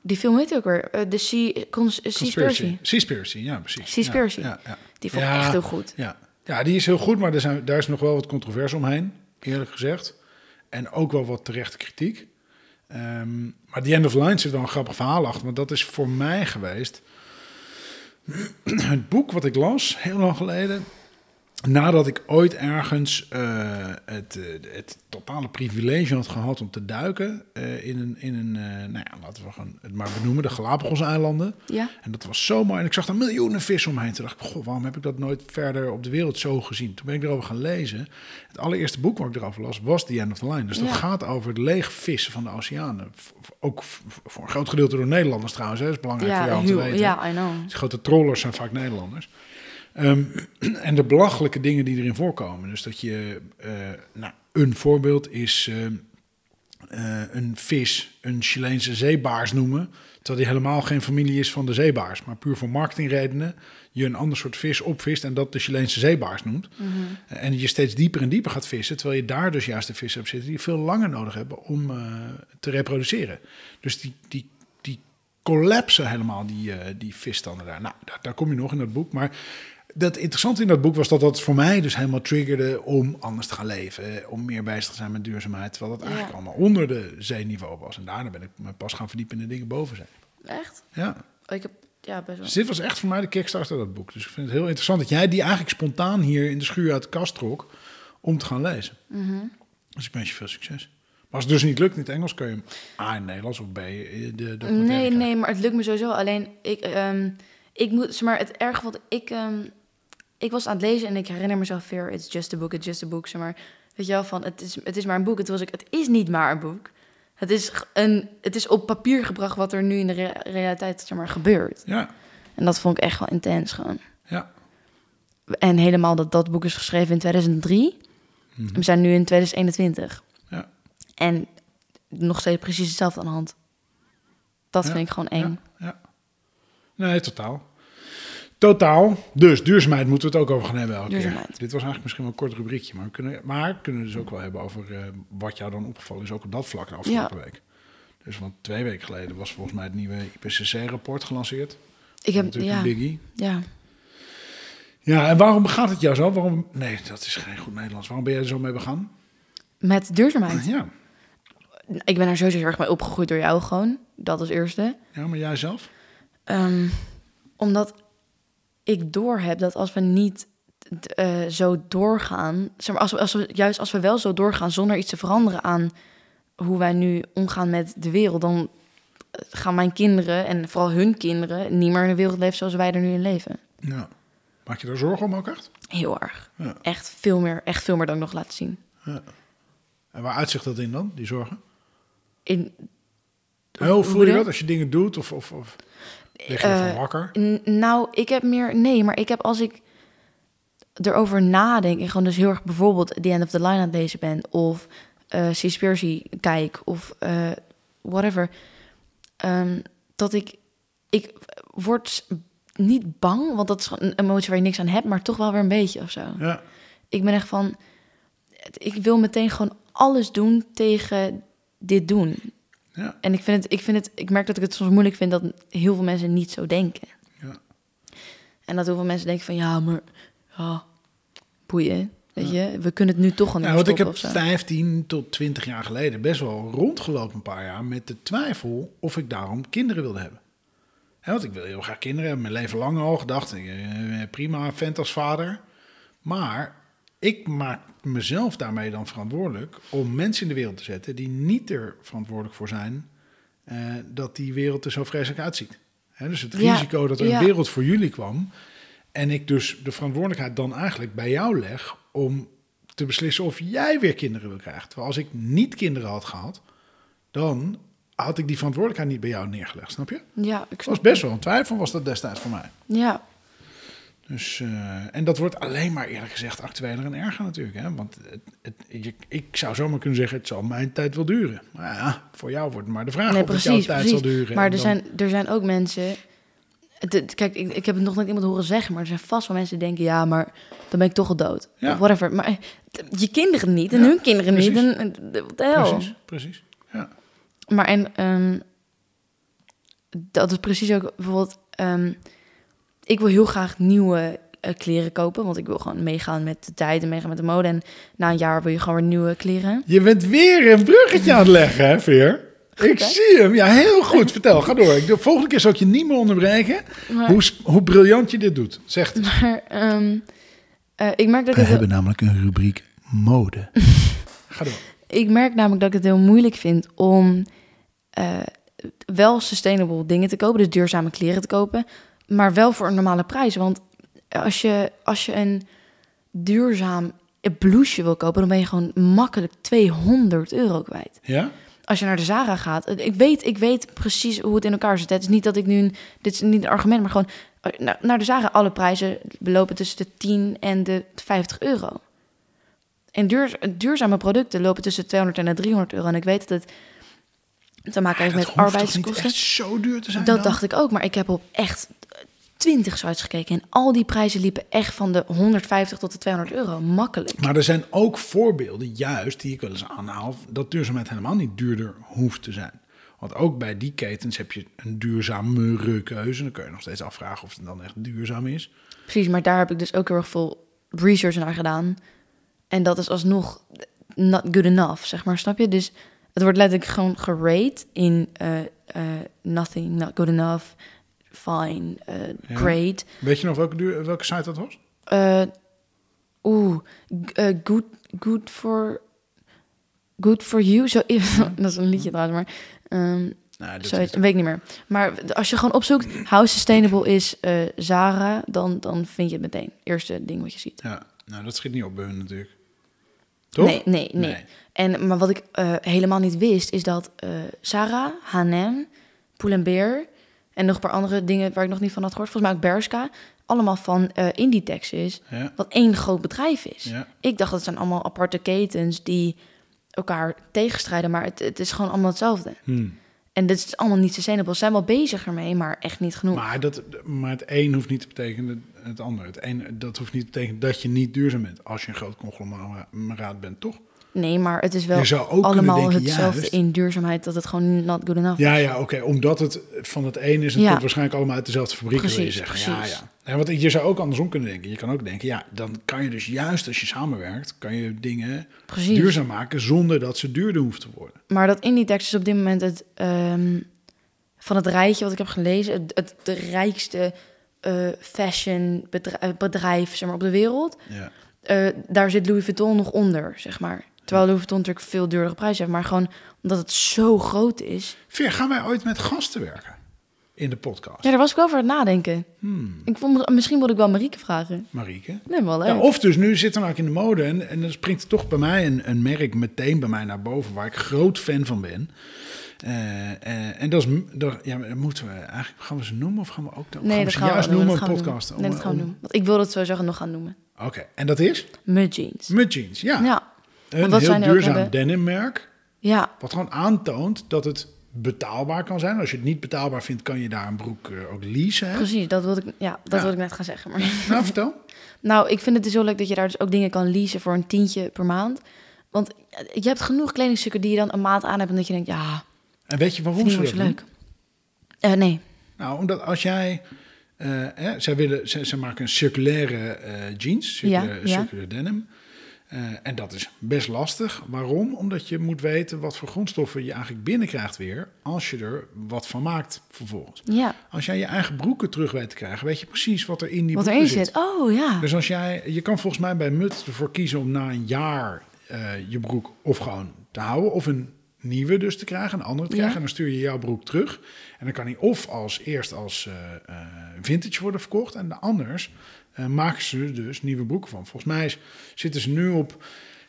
Speaker 2: Die film heet ook weer eh, de sea, cons, eh, Seaspiracy.
Speaker 1: Seaspiracy, ja, precies.
Speaker 2: Seaspiracy.
Speaker 1: Ja, ja, ja.
Speaker 2: Die vond ik
Speaker 1: Ja,
Speaker 2: echt heel goed.
Speaker 1: Ja. ja, die is heel goed, maar er zijn, daar is nog wel wat controverse omheen, eerlijk gezegd. En ook wel wat terechte kritiek. Ehm, maar The End of the Line zit wel een grappig verhaal achter, want dat is voor mij geweest... het boek wat ik las, heel lang geleden... nadat ik ooit ergens eh, het, eh, het totale privilege had gehad om te duiken eh, in een, in een eh, nou ja, laten we gewoon het maar benoemen, de Galapagos-eilanden.
Speaker 2: Ja.
Speaker 1: En dat was zo mooi. En ik zag daar miljoenen vissen omheen. Toen dacht ik, goh, waarom heb ik dat nooit verder op de wereld zo gezien? Toen ben ik erover gaan lezen. Het allereerste boek wat ik erover las was The End of the Line. Dus dat
Speaker 2: Ja.
Speaker 1: gaat over het leeg vissen van de oceanen. V- v- Ook v- voor een groot gedeelte door Nederlanders trouwens. Hè. Dat is belangrijk voor
Speaker 2: Ja,
Speaker 1: jou om te
Speaker 2: heel,
Speaker 1: weten.
Speaker 2: ja, I know.
Speaker 1: Die grote trollers zijn vaak Nederlanders. Ehm, en de belachelijke dingen die erin voorkomen. Dus dat je, eh, nou, een voorbeeld is ehm, eh, een vis, een Chileense zeebaars noemen. Terwijl die helemaal geen familie is van de zeebaars. Maar puur voor marketingredenen je een ander soort vis opvist en dat de Chileense zeebaars noemt. En je steeds dieper en dieper gaat vissen. Terwijl je daar dus juist de vissen op zitten die veel langer nodig hebben om eh, te reproduceren. Dus die, die, die collapsen helemaal die, eh die visstanden daar. Nou, daar, daar kom je nog in dat boek. Maar dat interessante in dat boek was dat dat voor mij dus helemaal triggerde om anders te gaan leven. eh, Om meer bezig te zijn met duurzaamheid. Terwijl dat
Speaker 2: Ja.
Speaker 1: eigenlijk allemaal onder de zeeniveau was. En daarna ben ik me pas gaan verdiepen in de dingen boven zijn.
Speaker 2: Echt? Oh,
Speaker 1: Ja.
Speaker 2: Ik heb, ja, best wel.
Speaker 1: Dus dit was echt voor mij de kickstarter dat boek. Dus ik vind het heel interessant dat jij die eigenlijk spontaan hier in de schuur uit de kast trok om te gaan lezen.
Speaker 2: Mhm.
Speaker 1: Dus ik wens je veel succes. Maar als het dus niet lukt in het Engels, kun je hem A in het Nederlands of B in de documentaire
Speaker 2: Nee,
Speaker 1: kijken.
Speaker 2: nee, maar het lukt me sowieso. Alleen, ik, ehm, ik moet, zeg maar, het erg wat ik, ehm, ik was aan het lezen en ik herinner mezelf weer, it's just a book, it's just a book, zeg maar. Weet je wel, van, het is, het is maar een boek. Het was ik, het is niet maar een boek. Het is, g- een, het is op papier gebracht wat er nu in de rea- realiteit, zeg maar, gebeurt.
Speaker 1: Ja,
Speaker 2: En dat vond ik echt wel intens, gewoon.
Speaker 1: ja.
Speaker 2: En helemaal dat dat boek is geschreven in 2003.
Speaker 1: Mhm.
Speaker 2: We zijn nu in 2021.
Speaker 1: Ja.
Speaker 2: En nog steeds precies hetzelfde aan de hand. Dat
Speaker 1: Ja,
Speaker 2: vind ik gewoon eng.
Speaker 1: Ja, ja. Nee, totaal. Totaal. Dus duurzaamheid moeten we het ook over gaan hebben elke keer.
Speaker 2: Duurzaamheid.
Speaker 1: Dit was eigenlijk misschien wel een kort rubriekje, maar we kunnen, maar kunnen we dus ook wel hebben over eh, wat jou dan opgevallen is, ook op dat vlak de afgelopen week. Dus want twee weken geleden was volgens mij het nieuwe IPCC-rapport gelanceerd.
Speaker 2: Ik heb,
Speaker 1: Natuurlijk
Speaker 2: ja,
Speaker 1: een biggie.
Speaker 2: ja.
Speaker 1: Ja, en waarom gaat het jou zo? Waarom, nee, dat is geen goed Nederlands. Waarom ben jij er zo mee begaan?
Speaker 2: Met duurzaamheid.
Speaker 1: Ja.
Speaker 2: Ik ben er sowieso heel erg mee opgegroeid door jou gewoon. Dat als eerste.
Speaker 1: ja, maar jij zelf?
Speaker 2: Ehm, omdat ik doorheb dat als we niet t- eh, zo doorgaan... Zeg maar, als we, als we, juist als we wel zo doorgaan zonder iets te veranderen aan hoe wij nu omgaan met de wereld... dan eh, gaan mijn kinderen en vooral hun kinderen niet meer in de wereld leven zoals wij er nu in leven.
Speaker 1: Ja. Nou, Maak je daar zorgen om ook echt?
Speaker 2: Heel erg.
Speaker 1: Ja.
Speaker 2: Echt, veel meer, echt veel meer dan ik nog laat zien.
Speaker 1: En waar uitzicht dat in dan, die zorgen?
Speaker 2: In,
Speaker 1: Hoe voel je
Speaker 2: bedoel je?
Speaker 1: dat als je dingen doet? Of, of, of lig je
Speaker 2: Eh,
Speaker 1: van wakker?
Speaker 2: N- Nou, ik heb meer. Nee, maar ik heb als ik erover nadenk en gewoon dus heel erg bijvoorbeeld The End of the Line aan het lezen ben of eh Seaspiracy kijk of eh, whatever, ehm, dat ik ik word s- niet bang, want dat is gewoon een emotie waar je niks aan hebt, maar toch wel weer een beetje of zo.
Speaker 1: Ja,
Speaker 2: Ik ben echt van, het- ik wil meteen gewoon alles doen tegen dit doen.
Speaker 1: ja,
Speaker 2: En ik vind het, ik vind het, ik merk dat ik het soms moeilijk vind dat heel veel mensen niet zo denken.
Speaker 1: ja.
Speaker 2: En dat heel veel mensen denken van ja, maar ja, boeien. Weet je, we kunnen het nu toch al niet
Speaker 1: Nou,
Speaker 2: meer
Speaker 1: want ik
Speaker 2: stoppen
Speaker 1: heb
Speaker 2: of zo.
Speaker 1: 15 tot 20 jaar geleden best wel rondgelopen een paar jaar met de twijfel of ik daarom kinderen wilde hebben. Hè, want ik wil heel graag kinderen hebben, mijn leven lang al gedacht. ik, eh, Prima, vent als vader. Maar ik maak mezelf daarmee dan verantwoordelijk om mensen in de wereld te zetten die niet er verantwoordelijk voor zijn eh, dat die wereld er zo vreselijk uitziet. Hè, dus het
Speaker 2: Ja,
Speaker 1: risico dat er
Speaker 2: ja.
Speaker 1: een wereld voor jullie kwam en ik dus de verantwoordelijkheid dan eigenlijk bij jou leg om te beslissen of jij weer kinderen wil krijgen. Terwijl als ik niet kinderen had gehad, dan had ik die verantwoordelijkheid niet bij jou neergelegd, snap je?
Speaker 2: Ja, ik
Speaker 1: Het was
Speaker 2: snap.
Speaker 1: best wel een twijfel, was dat destijds voor mij.
Speaker 2: Ja,
Speaker 1: Dus, eh, en dat wordt alleen maar eerlijk gezegd actueler en erger natuurlijk. Hè? Want het, het- ik, ik zou zomaar kunnen zeggen, het zal mijn tijd wel duren. Maar ja, voor jou wordt maar de vraag
Speaker 2: nee,
Speaker 1: of het jouw
Speaker 2: precies,
Speaker 1: tijd
Speaker 2: precies.
Speaker 1: zal duren.
Speaker 2: Maar
Speaker 1: En
Speaker 2: er
Speaker 1: dan-
Speaker 2: zijn, er zijn ook mensen. het- het- Kijk, ik, ik heb het nog nooit iemand horen zeggen, maar er zijn vast wel mensen die denken: ja, maar dan ben ik toch al dood.
Speaker 1: Ja.
Speaker 2: Of whatever. Maar eh, t- je kinderen niet en
Speaker 1: Ja,
Speaker 2: hun kinderen niet.
Speaker 1: precies.
Speaker 2: En, en- de- wat de hel.
Speaker 1: Precies, precies. Ja,
Speaker 2: Maar en ehm, dat is precies ook bijvoorbeeld. ehm, ik wil heel graag nieuwe eh, kleren kopen, want ik wil gewoon meegaan met de tijd en meegaan met de mode. En na een jaar wil je gewoon weer nieuwe kleren.
Speaker 1: Je bent weer een bruggetje aan het leggen, hè, Veer? Ik
Speaker 2: hè?
Speaker 1: zie hem. Ja, heel goed. Vertel, ga door. Ik- De volgende keer zal ik je niet meer onderbreken.
Speaker 2: Maar,
Speaker 1: Hoe, sp- hoe briljant je dit doet. Zegt het.
Speaker 2: maar, ehm, Eh, ik, merk dat
Speaker 1: We
Speaker 2: ik, het,
Speaker 1: hebben namelijk een rubriek mode. Ga door.
Speaker 2: ik merk namelijk dat ik het heel moeilijk vind om eh, wel sustainable dingen te kopen, dus duurzame kleren te kopen, maar wel voor een normale prijs. Want als je, als je een duurzaam blouseje wil kopen, dan ben je gewoon makkelijk 200 euro kwijt.
Speaker 1: Ja?
Speaker 2: als je naar de Zara gaat. Ik weet, ik weet precies hoe het in elkaar zit. Het is niet dat ik nu. Een, dit is niet een argument, maar gewoon. eh, Naar, naar de Zara, alle prijzen lopen tussen de 10 en de 50 euro. En duur, duurzame producten lopen tussen de 200 en de 300 euro. En ik weet dat het te maken heeft
Speaker 1: Dat
Speaker 2: met
Speaker 1: hoeft toch niet
Speaker 2: arbeidskosten.
Speaker 1: echt zo duur te zijn
Speaker 2: Dat
Speaker 1: dan?
Speaker 2: dacht ik ook, maar ik heb op echt 20 sites gekeken. En al die prijzen liepen echt van de 150 tot de 200 euro. Makkelijk.
Speaker 1: Maar er zijn ook voorbeelden, juist die ik wel eens aanhaal, dat duurzaamheid helemaal niet duurder hoeft te zijn. Want ook bij die ketens heb je een duurzamere keuze. Dan kun je nog steeds afvragen of het dan echt duurzaam is.
Speaker 2: Precies, maar daar heb ik dus ook heel erg veel research naar gedaan. En dat is alsnog not good enough, zeg maar, snap je? Dus het wordt letterlijk gewoon gerate in eh, eh, nothing, not good enough, fine, eh,
Speaker 1: Ja.
Speaker 2: great.
Speaker 1: Weet je nog welke, duur, welke site dat was?
Speaker 2: Eh, Oeh, g- eh, good, good for... Good for you, zo, dat is een liedje trouwens, maar ehm,
Speaker 1: Nou, dat
Speaker 2: zo
Speaker 1: is,
Speaker 2: heet- weet ik niet meer. Maar als je gewoon opzoekt, how sustainable is eh, Zara, dan, dan vind je het meteen. Eerste ding wat je ziet.
Speaker 1: ja, nou, dat schiet niet op bij hun natuurlijk. Toch?
Speaker 2: Nee, nee, nee. En, maar wat ik eh, helemaal niet wist, is dat eh Sarah, H&M, Pull&Bear en nog een paar andere dingen waar ik nog niet van had gehoord, volgens mij ook Berska, allemaal van eh Inditex is,
Speaker 1: Ja,
Speaker 2: wat één groot bedrijf is.
Speaker 1: ja.
Speaker 2: Ik dacht dat zijn allemaal aparte ketens die elkaar tegenstrijden, maar het, het is gewoon allemaal hetzelfde.
Speaker 1: Hm.
Speaker 2: En dit is allemaal niet sustainable. Ze zijn wel bezig ermee, maar echt niet genoeg.
Speaker 1: Maar, dat, maar het een hoeft niet te betekenen het ander. Het een, dat hoeft niet te betekenen dat je niet duurzaam bent. Als je een groot conglomeraat bent, toch?
Speaker 2: nee, maar het is wel
Speaker 1: je zou ook kunnen
Speaker 2: allemaal
Speaker 1: denken, dus
Speaker 2: hetzelfde
Speaker 1: juist.
Speaker 2: in duurzaamheid, dat het gewoon not good enough
Speaker 1: Ja, ja, oké. Omdat het van het een is, het
Speaker 2: Ja.
Speaker 1: komt waarschijnlijk allemaal uit dezelfde fabriek, wil je
Speaker 2: Precies,
Speaker 1: zeggen. Ja,
Speaker 2: precies.
Speaker 1: ja. Ja, want je zou ook andersom kunnen denken. Je kan ook denken, ja, dan kan je dus juist als je samenwerkt, kan je dingen
Speaker 2: Precies.
Speaker 1: duurzaam maken zonder dat ze duurder hoeven te worden.
Speaker 2: Maar dat Inditex is op dit moment het ehm, van het rijtje wat ik heb gelezen, het, het de rijkste eh, fashion bedrijf, bedrijf zeg maar, op de wereld.
Speaker 1: Ja.
Speaker 2: Eh, daar zit Louis Vuitton nog onder, zeg maar. Terwijl Louis Vuitton natuurlijk veel duurdere prijs heeft, maar gewoon omdat het zo groot is.
Speaker 1: Veer, gaan wij ooit met gasten werken in de podcast?
Speaker 2: Ja, daar was ik wel voor het nadenken. Ik vond, misschien wilde ik wel Marieke vragen.
Speaker 1: Marieke?
Speaker 2: Nee, wel leuk.
Speaker 1: Hmm. Ja, of dus nu zitten we ook in de mode en, en dan springt toch bij mij een, een merk meteen bij mij naar boven waar ik groot fan van ben. Eh, eh, en dat is, m- dat, ja, maar dat moeten we eigenlijk, gaan we ze noemen of gaan we ook gaan
Speaker 2: nee,
Speaker 1: we
Speaker 2: dat
Speaker 1: ze
Speaker 2: gaan we
Speaker 1: juist
Speaker 2: wel doen.
Speaker 1: noemen
Speaker 2: dat gaan
Speaker 1: een
Speaker 2: we doen.
Speaker 1: podcast?
Speaker 2: Nee,
Speaker 1: Om-
Speaker 2: dat gaan we
Speaker 1: om-
Speaker 2: doen. Want ik wil dat sowieso nog gaan noemen.
Speaker 1: Oké, en dat is
Speaker 2: Mud jeans.
Speaker 1: Mud Jeans, ja.
Speaker 2: Ja.
Speaker 1: Een
Speaker 2: wat nou
Speaker 1: heel
Speaker 2: zij nu ook
Speaker 1: duurzaam
Speaker 2: hebben.
Speaker 1: denimmerk,
Speaker 2: ja,
Speaker 1: wat gewoon aantoont dat het betaalbaar kan zijn. Als je het niet betaalbaar vindt, kan je daar een broek eh, ook leasen. hè?
Speaker 2: precies. Dat wilde ik, ja, dat
Speaker 1: Ja.
Speaker 2: wilde ik net gaan zeggen. Maar...
Speaker 1: Nou, vertel.
Speaker 2: Nou, ik vind het dus heel leuk dat je daar dus ook dingen kan leasen voor een tientje per maand. Want eh, je hebt genoeg kledingstukken die je dan een maand aan hebt en dat je denkt, ja,
Speaker 1: En weet je waarom
Speaker 2: vind ik
Speaker 1: ze
Speaker 2: niet
Speaker 1: dat
Speaker 2: zo
Speaker 1: doen?
Speaker 2: leuk. Eh, nee,
Speaker 1: Nou, omdat als jij... eh, hè, zij, willen, zij, zij maken een circulaire eh, jeans, circulaire,
Speaker 2: Ja, ja.
Speaker 1: circulaire denim. Eh, en dat is best lastig. Waarom? Omdat je moet weten wat voor grondstoffen je eigenlijk binnenkrijgt weer... als je er wat van maakt vervolgens.
Speaker 2: ja,
Speaker 1: Als jij je eigen broeken terug weet te krijgen... weet je precies wat er in die
Speaker 2: wat
Speaker 1: broeken
Speaker 2: erin zit. Oh ja,
Speaker 1: Dus als jij, je kan volgens mij bij Mut ervoor kiezen om na een jaar eh, je broek of gewoon te houden, of een nieuwe dus te krijgen, een andere te
Speaker 2: Ja.
Speaker 1: krijgen. En dan stuur je jouw broek terug. En dan kan die of als eerst als eh, eh, vintage worden verkocht, en de anders eh, maken ze dus nieuwe broeken van. Volgens mij is- zitten ze nu op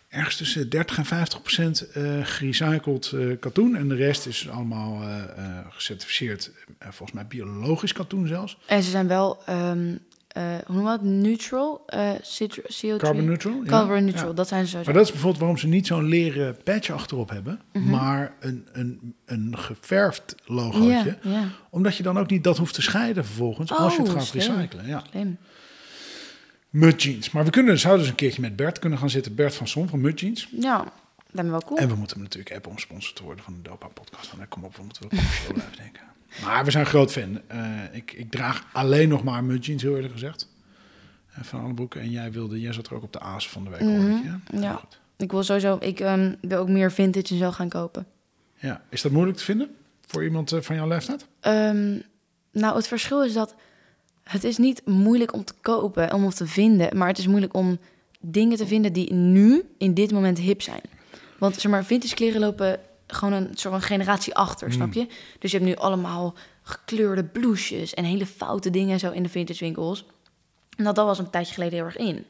Speaker 1: ergens tussen 30 en 50 procent eh, gerecycled eh, katoen. En de rest is allemaal eh, eh, gecertificeerd, eh, volgens mij biologisch katoen zelfs.
Speaker 2: en ze zijn wel, ehm, eh, hoe noemen we dat, neutral, eh, citru- CO2?
Speaker 1: Carbon neutral. ja.
Speaker 2: Carbon
Speaker 1: Ja.
Speaker 2: neutral, dat zijn ze sowieso.
Speaker 1: Maar dat is bijvoorbeeld waarom ze niet zo'n leren patch achterop hebben,
Speaker 2: Mhm.
Speaker 1: maar een, een, een geverfd logootje.
Speaker 2: ja, ja,
Speaker 1: Omdat je dan ook niet dat hoeft te scheiden vervolgens
Speaker 2: Oh,
Speaker 1: als je het gaat
Speaker 2: slim.
Speaker 1: recyclen. Ja.
Speaker 2: slim.
Speaker 1: Mud jeans. Maar we kunnen, zouden dus een keertje met Bert kunnen gaan zitten. Bert van Son van Mud jeans.
Speaker 2: Ja, dat ben ik wel cool.
Speaker 1: En we moeten hem natuurlijk appen om sponsor te worden van de Dopa podcast. En kom op, we moeten wel commercieel blijven denken. Maar we zijn groot fan. Eh, ik, ik draag alleen nog maar Mud jeans, heel eerlijk gezegd. Eh, Van alle broeken. En jij wilde, jij zat er ook op de aas van de week. hoor ik,
Speaker 2: Mhm,
Speaker 1: ja?
Speaker 2: ja.
Speaker 1: Nou, goed.
Speaker 2: Ik wil sowieso, ik ehm, wil ook meer vintage en zo gaan kopen.
Speaker 1: Ja, is dat moeilijk te vinden voor iemand eh, van jouw leeftijd?
Speaker 2: Ehm, nou, het verschil is dat Het is niet moeilijk om te kopen, om het te vinden. Maar het is moeilijk om dingen te vinden die nu, in dit moment, hip zijn. Want zeg maar, vintage kleren lopen gewoon een soort van generatie achter, snap
Speaker 1: Mm.
Speaker 2: je? Dus je hebt nu allemaal gekleurde blouses en hele foute dingen en zo in de vintage winkels. Nou, dat was een tijdje geleden heel erg in.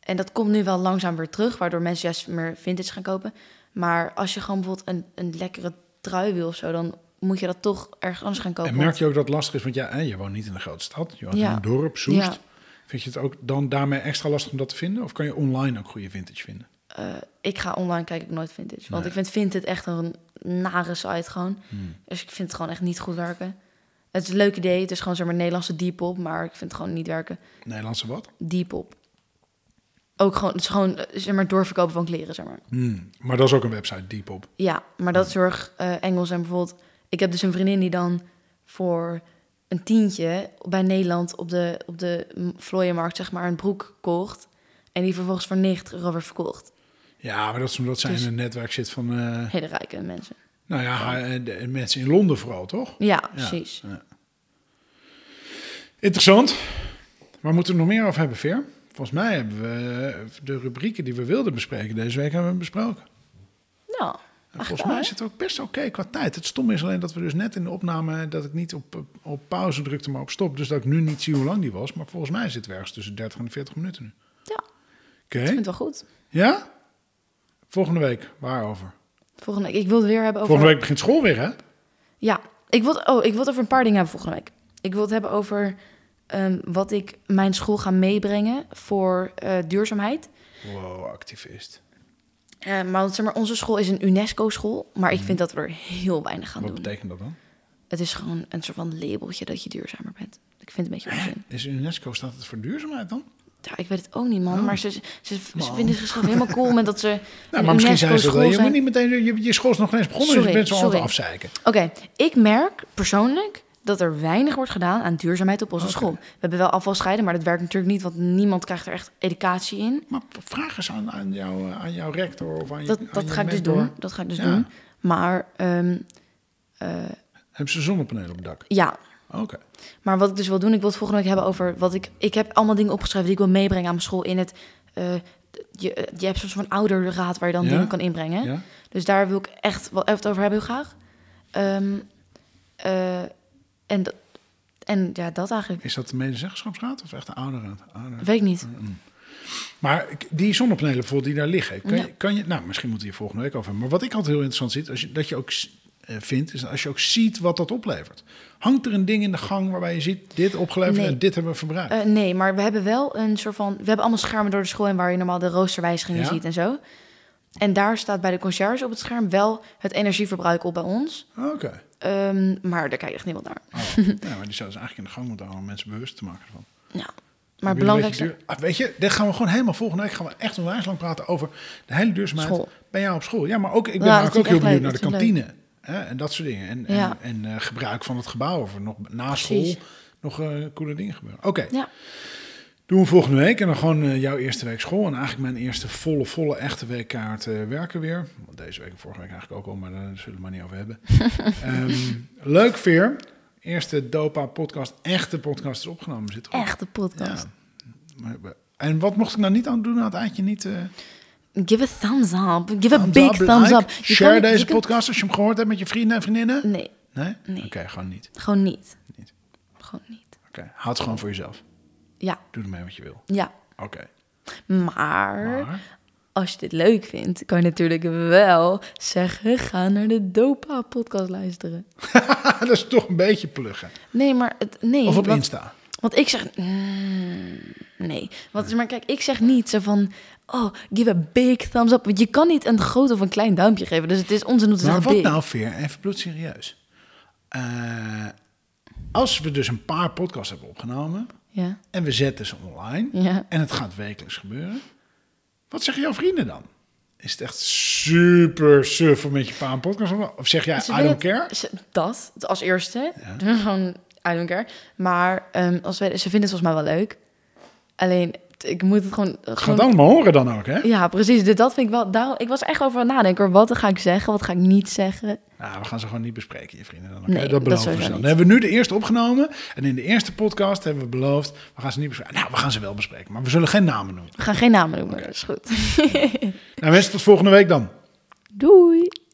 Speaker 2: En dat komt nu wel langzaam weer terug, waardoor mensen juist meer vintage gaan kopen. Maar als je gewoon bijvoorbeeld een, een lekkere trui wil of zo, dan moet je dat toch ergens anders gaan kopen.
Speaker 1: En merk je ook dat het lastig is? Want ja, hè, je woont niet in een grote stad. Je woont in
Speaker 2: Ja.
Speaker 1: een dorp, Soest.
Speaker 2: Ja.
Speaker 1: Vind je het ook dan daarmee extra lastig om dat te vinden? Of kan je online ook goede vintage vinden?
Speaker 2: Eh, ik ga online kijk ik nooit vintage. Want
Speaker 1: Nee.
Speaker 2: ik vind vintage echt een nare site gewoon. Dus ik vind het gewoon echt niet goed werken. Het is een leuk idee. Het is gewoon zeg maar Nederlandse Depop. Maar ik vind het gewoon niet werken.
Speaker 1: Nederlandse wat?
Speaker 2: Depop. Ook gewoon, het is gewoon eh, zeg maar doorverkopen van kleren, zeg maar.
Speaker 1: Hmm. Maar dat is ook een website, Depop.
Speaker 2: Ja, maar dat is heel erg eh, Engels. En bijvoorbeeld, ik heb dus een vriendin die dan voor een tientje bij Nederland op de, op de m- vlooienmarkt zeg maar een broek kocht. En die vervolgens voor 90 euro weer verkocht.
Speaker 1: Ja, maar dat is omdat zij
Speaker 2: Dus-
Speaker 1: in een netwerk zit van... eh,
Speaker 2: Hele rijke mensen.
Speaker 1: nou ja, eh, de- mensen in Londen vooral, toch?
Speaker 2: Ja, precies.
Speaker 1: ja. Interessant. Waar moeten we nog meer over hebben, Ver? Volgens mij hebben we eh, de rubrieken die we wilden bespreken deze week hebben we besproken.
Speaker 2: Nou,
Speaker 1: En volgens
Speaker 2: wel,
Speaker 1: mij
Speaker 2: hè?
Speaker 1: zit het ook best oké qua tijd. Het stomme is alleen dat we dus net in de opname... dat ik niet op, op, op pauze drukte, maar op stop. Dus dat ik nu niet zie hoe lang die was. Maar volgens mij zit we ergens tussen 30 en 40 minuten nu.
Speaker 2: ja,
Speaker 1: Oké.
Speaker 2: ik vind het wel goed.
Speaker 1: Ja? Volgende week, waarover?
Speaker 2: Volgende week, ik wil het weer hebben over...
Speaker 1: Volgende week begint school weer, hè?
Speaker 2: Ja, ik wil, het- oh, ik wil het over een paar dingen hebben volgende week. Ik wil het hebben over ehm, wat ik mijn school ga meebrengen voor eh, duurzaamheid.
Speaker 1: Wow, activist.
Speaker 2: Eh, maar, want, zeg maar onze school is een UNESCO-school, maar ik vind dat we er heel weinig aan
Speaker 1: Mhm. Wat
Speaker 2: doen.
Speaker 1: betekent dat dan?
Speaker 2: Het is gewoon een soort van labeltje dat je duurzamer bent. Ik vind het een beetje onzin.
Speaker 1: Is UNESCO, staat het voor duurzaamheid dan? Nou,
Speaker 2: Ja, ik weet het ook niet, man. Maar ze, ze, ze
Speaker 1: Man.
Speaker 2: vinden zichzelf helemaal cool met dat ze
Speaker 1: Oh. Nou,
Speaker 2: een
Speaker 1: maar misschien zijn ze
Speaker 2: UNESCO-school
Speaker 1: wel. Je moet
Speaker 2: zijn.
Speaker 1: niet meteen. Je, je school is nog niet eens begonnen. dus
Speaker 2: Sorry,
Speaker 1: je bent zo aan het
Speaker 2: sorry.
Speaker 1: afzeiken.
Speaker 2: Oké, ik merk persoonlijk dat er weinig wordt gedaan aan duurzaamheid op onze
Speaker 1: Oké.
Speaker 2: school. We hebben wel afvalscheiden, maar dat werkt natuurlijk niet, want niemand krijgt er echt educatie in.
Speaker 1: Maar vraag eens aan, aan, jou, eh, aan jouw rector of aan je.
Speaker 2: Dat,
Speaker 1: aan
Speaker 2: dat
Speaker 1: je
Speaker 2: ga ik dus
Speaker 1: mentor.
Speaker 2: doen. Dat ga ik dus
Speaker 1: Ja.
Speaker 2: doen. Maar ehm,
Speaker 1: Hebben ze zonnepanelen op het dak?
Speaker 2: ja,
Speaker 1: Oké.
Speaker 2: Maar wat ik dus wil doen, ik wil het volgende week hebben over wat ik. Ik heb allemaal dingen opgeschreven die ik wil meebrengen aan mijn school. In het. eh, je, je hebt soms zo'n ouderraad waar je dan
Speaker 1: Ja?
Speaker 2: dingen kan inbrengen.
Speaker 1: Ja?
Speaker 2: Dus daar wil ik echt wel even het over hebben, heel graag. Ehm, eh, en, dat- en ja, dat eigenlijk.
Speaker 1: Is dat de medezeggenschapsraad of echt de ouderraad? Ouderraad.
Speaker 2: Weet ik niet.
Speaker 1: Maar ik- die zonnepanelen bijvoorbeeld die daar liggen, kan,
Speaker 2: Ja.
Speaker 1: je, kan je, nou misschien moeten we hier volgende week over. hebben. Maar wat ik altijd heel interessant zie, als je, dat je ook s- eh, vindt, is als je ook ziet wat dat oplevert. Hangt er een ding in de gang waarbij je ziet, dit opgeleverd
Speaker 2: Nee.
Speaker 1: en dit hebben we verbruikt?
Speaker 2: Eh, nee, maar we hebben wel een soort van. We hebben allemaal schermen door de school en waar je normaal de roosterwijzigingen
Speaker 1: Ja.
Speaker 2: ziet en zo. En daar staat bij de conciërge op het scherm wel het energieverbruik op bij ons.
Speaker 1: Oké.
Speaker 2: Ehm, maar daar kijkt echt niemand naar.
Speaker 1: Oh, ja, maar die zouden ze eigenlijk in de gang moeten houden om mensen bewust te maken van.
Speaker 2: Ja. Maar het
Speaker 1: Hebben jullie een beetje
Speaker 2: belangrijkste.
Speaker 1: duur- Ah, weet je, dit gaan we gewoon helemaal volgende week gaan we echt onwijs lang praten over de hele duurzaamheid
Speaker 2: School.
Speaker 1: bij jou op school. Ja, maar ook ik ben
Speaker 2: Ja,
Speaker 1: eigenlijk
Speaker 2: dat
Speaker 1: ook
Speaker 2: vind ik
Speaker 1: heel
Speaker 2: echt
Speaker 1: benieuwd
Speaker 2: leuk,
Speaker 1: naar de
Speaker 2: dat vind ik
Speaker 1: kantine hè, en dat soort dingen en,
Speaker 2: Ja.
Speaker 1: en, en eh, gebruik van het gebouw of er nog na school
Speaker 2: Precies.
Speaker 1: nog eh, coole dingen gebeuren. Oké,
Speaker 2: Ja.
Speaker 1: doen we volgende week en dan gewoon eh, jouw eerste week school en eigenlijk mijn eerste volle, volle echte weekkaart eh, werken weer. Want deze week en vorige week eigenlijk ook al, maar daar zullen we het maar niet over hebben. Ehm, leuk veer. Eerste Dopa podcast, echte podcast is opgenomen. Zit erop.
Speaker 2: echte podcast.
Speaker 1: Maar we- En wat mocht ik nou niet aan doen aan het eindje? Niet, eh,
Speaker 2: Give a thumbs up. Give a
Speaker 1: thumbs
Speaker 2: big
Speaker 1: up,
Speaker 2: thumbs
Speaker 1: like,
Speaker 2: up. Je
Speaker 1: Share
Speaker 2: kan- je
Speaker 1: deze
Speaker 2: kan-
Speaker 1: podcast als je hem gehoord hebt met je vrienden en vriendinnen.
Speaker 2: Nee,
Speaker 1: Nee?
Speaker 2: Nee.
Speaker 1: Oké, gewoon niet.
Speaker 2: gewoon niet.
Speaker 1: Niet.
Speaker 2: Gewoon niet.
Speaker 1: Oké, houd het gewoon voor jezelf.
Speaker 2: Ja,
Speaker 1: Doe ermee wat je wil.
Speaker 2: ja.
Speaker 1: Oké.
Speaker 2: Maar,
Speaker 1: Maar,
Speaker 2: als je dit leuk vindt, kan je natuurlijk wel zeggen: ga naar de Dopa podcast luisteren.
Speaker 1: dat is toch een beetje pluggen.
Speaker 2: Nee, maar het, nee.
Speaker 1: Of op
Speaker 2: want-
Speaker 1: Insta.
Speaker 2: Want ik zeg. mm, nee. Want, maar kijk, ik zeg niet zo van. Oh, give a big thumbs up. Want je kan niet een groot of een klein duimpje geven. Dus het is onzin om te
Speaker 1: Maar
Speaker 2: zeggen
Speaker 1: wat
Speaker 2: big.
Speaker 1: nou, Veer? Even bloedserieus. Eh, als we dus een paar podcasts hebben opgenomen
Speaker 2: Ja.
Speaker 1: en we zetten ze online
Speaker 2: Ja.
Speaker 1: en het gaat wekelijks gebeuren, wat zeggen jouw vrienden dan? Is het echt super suf om met je pa een podcast op- Of zeg jij,
Speaker 2: Ze
Speaker 1: I don't
Speaker 2: willen het-
Speaker 1: care?
Speaker 2: ze- dat, als eerste. Gewoon, I don't care. Maar ehm, als we, ze vinden het volgens mij wel leuk. Alleen, t- ik moet het gewoon...
Speaker 1: Ze gaan
Speaker 2: gewoon Dus
Speaker 1: het allemaal horen dan ook, hè?
Speaker 2: ja, precies. Dit, dat vind ik wel... Daar, ik was echt over aan het nadenken. hoor. Wat ga ik zeggen? Wat ga ik niet zeggen?
Speaker 1: Nou, we gaan ze gewoon niet bespreken, je vrienden. Dan, oké?
Speaker 2: Nee,
Speaker 1: dat
Speaker 2: dat
Speaker 1: beloven we
Speaker 2: sowieso
Speaker 1: ze. Dan
Speaker 2: niet.
Speaker 1: hebben we nu de eerste opgenomen. En in de eerste podcast hebben we beloofd, we gaan ze niet bespreken. Nou, we gaan ze wel bespreken, maar we zullen geen namen noemen.
Speaker 2: We gaan geen namen noemen, dat is goed.
Speaker 1: Nou mensen, tot volgende week dan.
Speaker 2: Doei!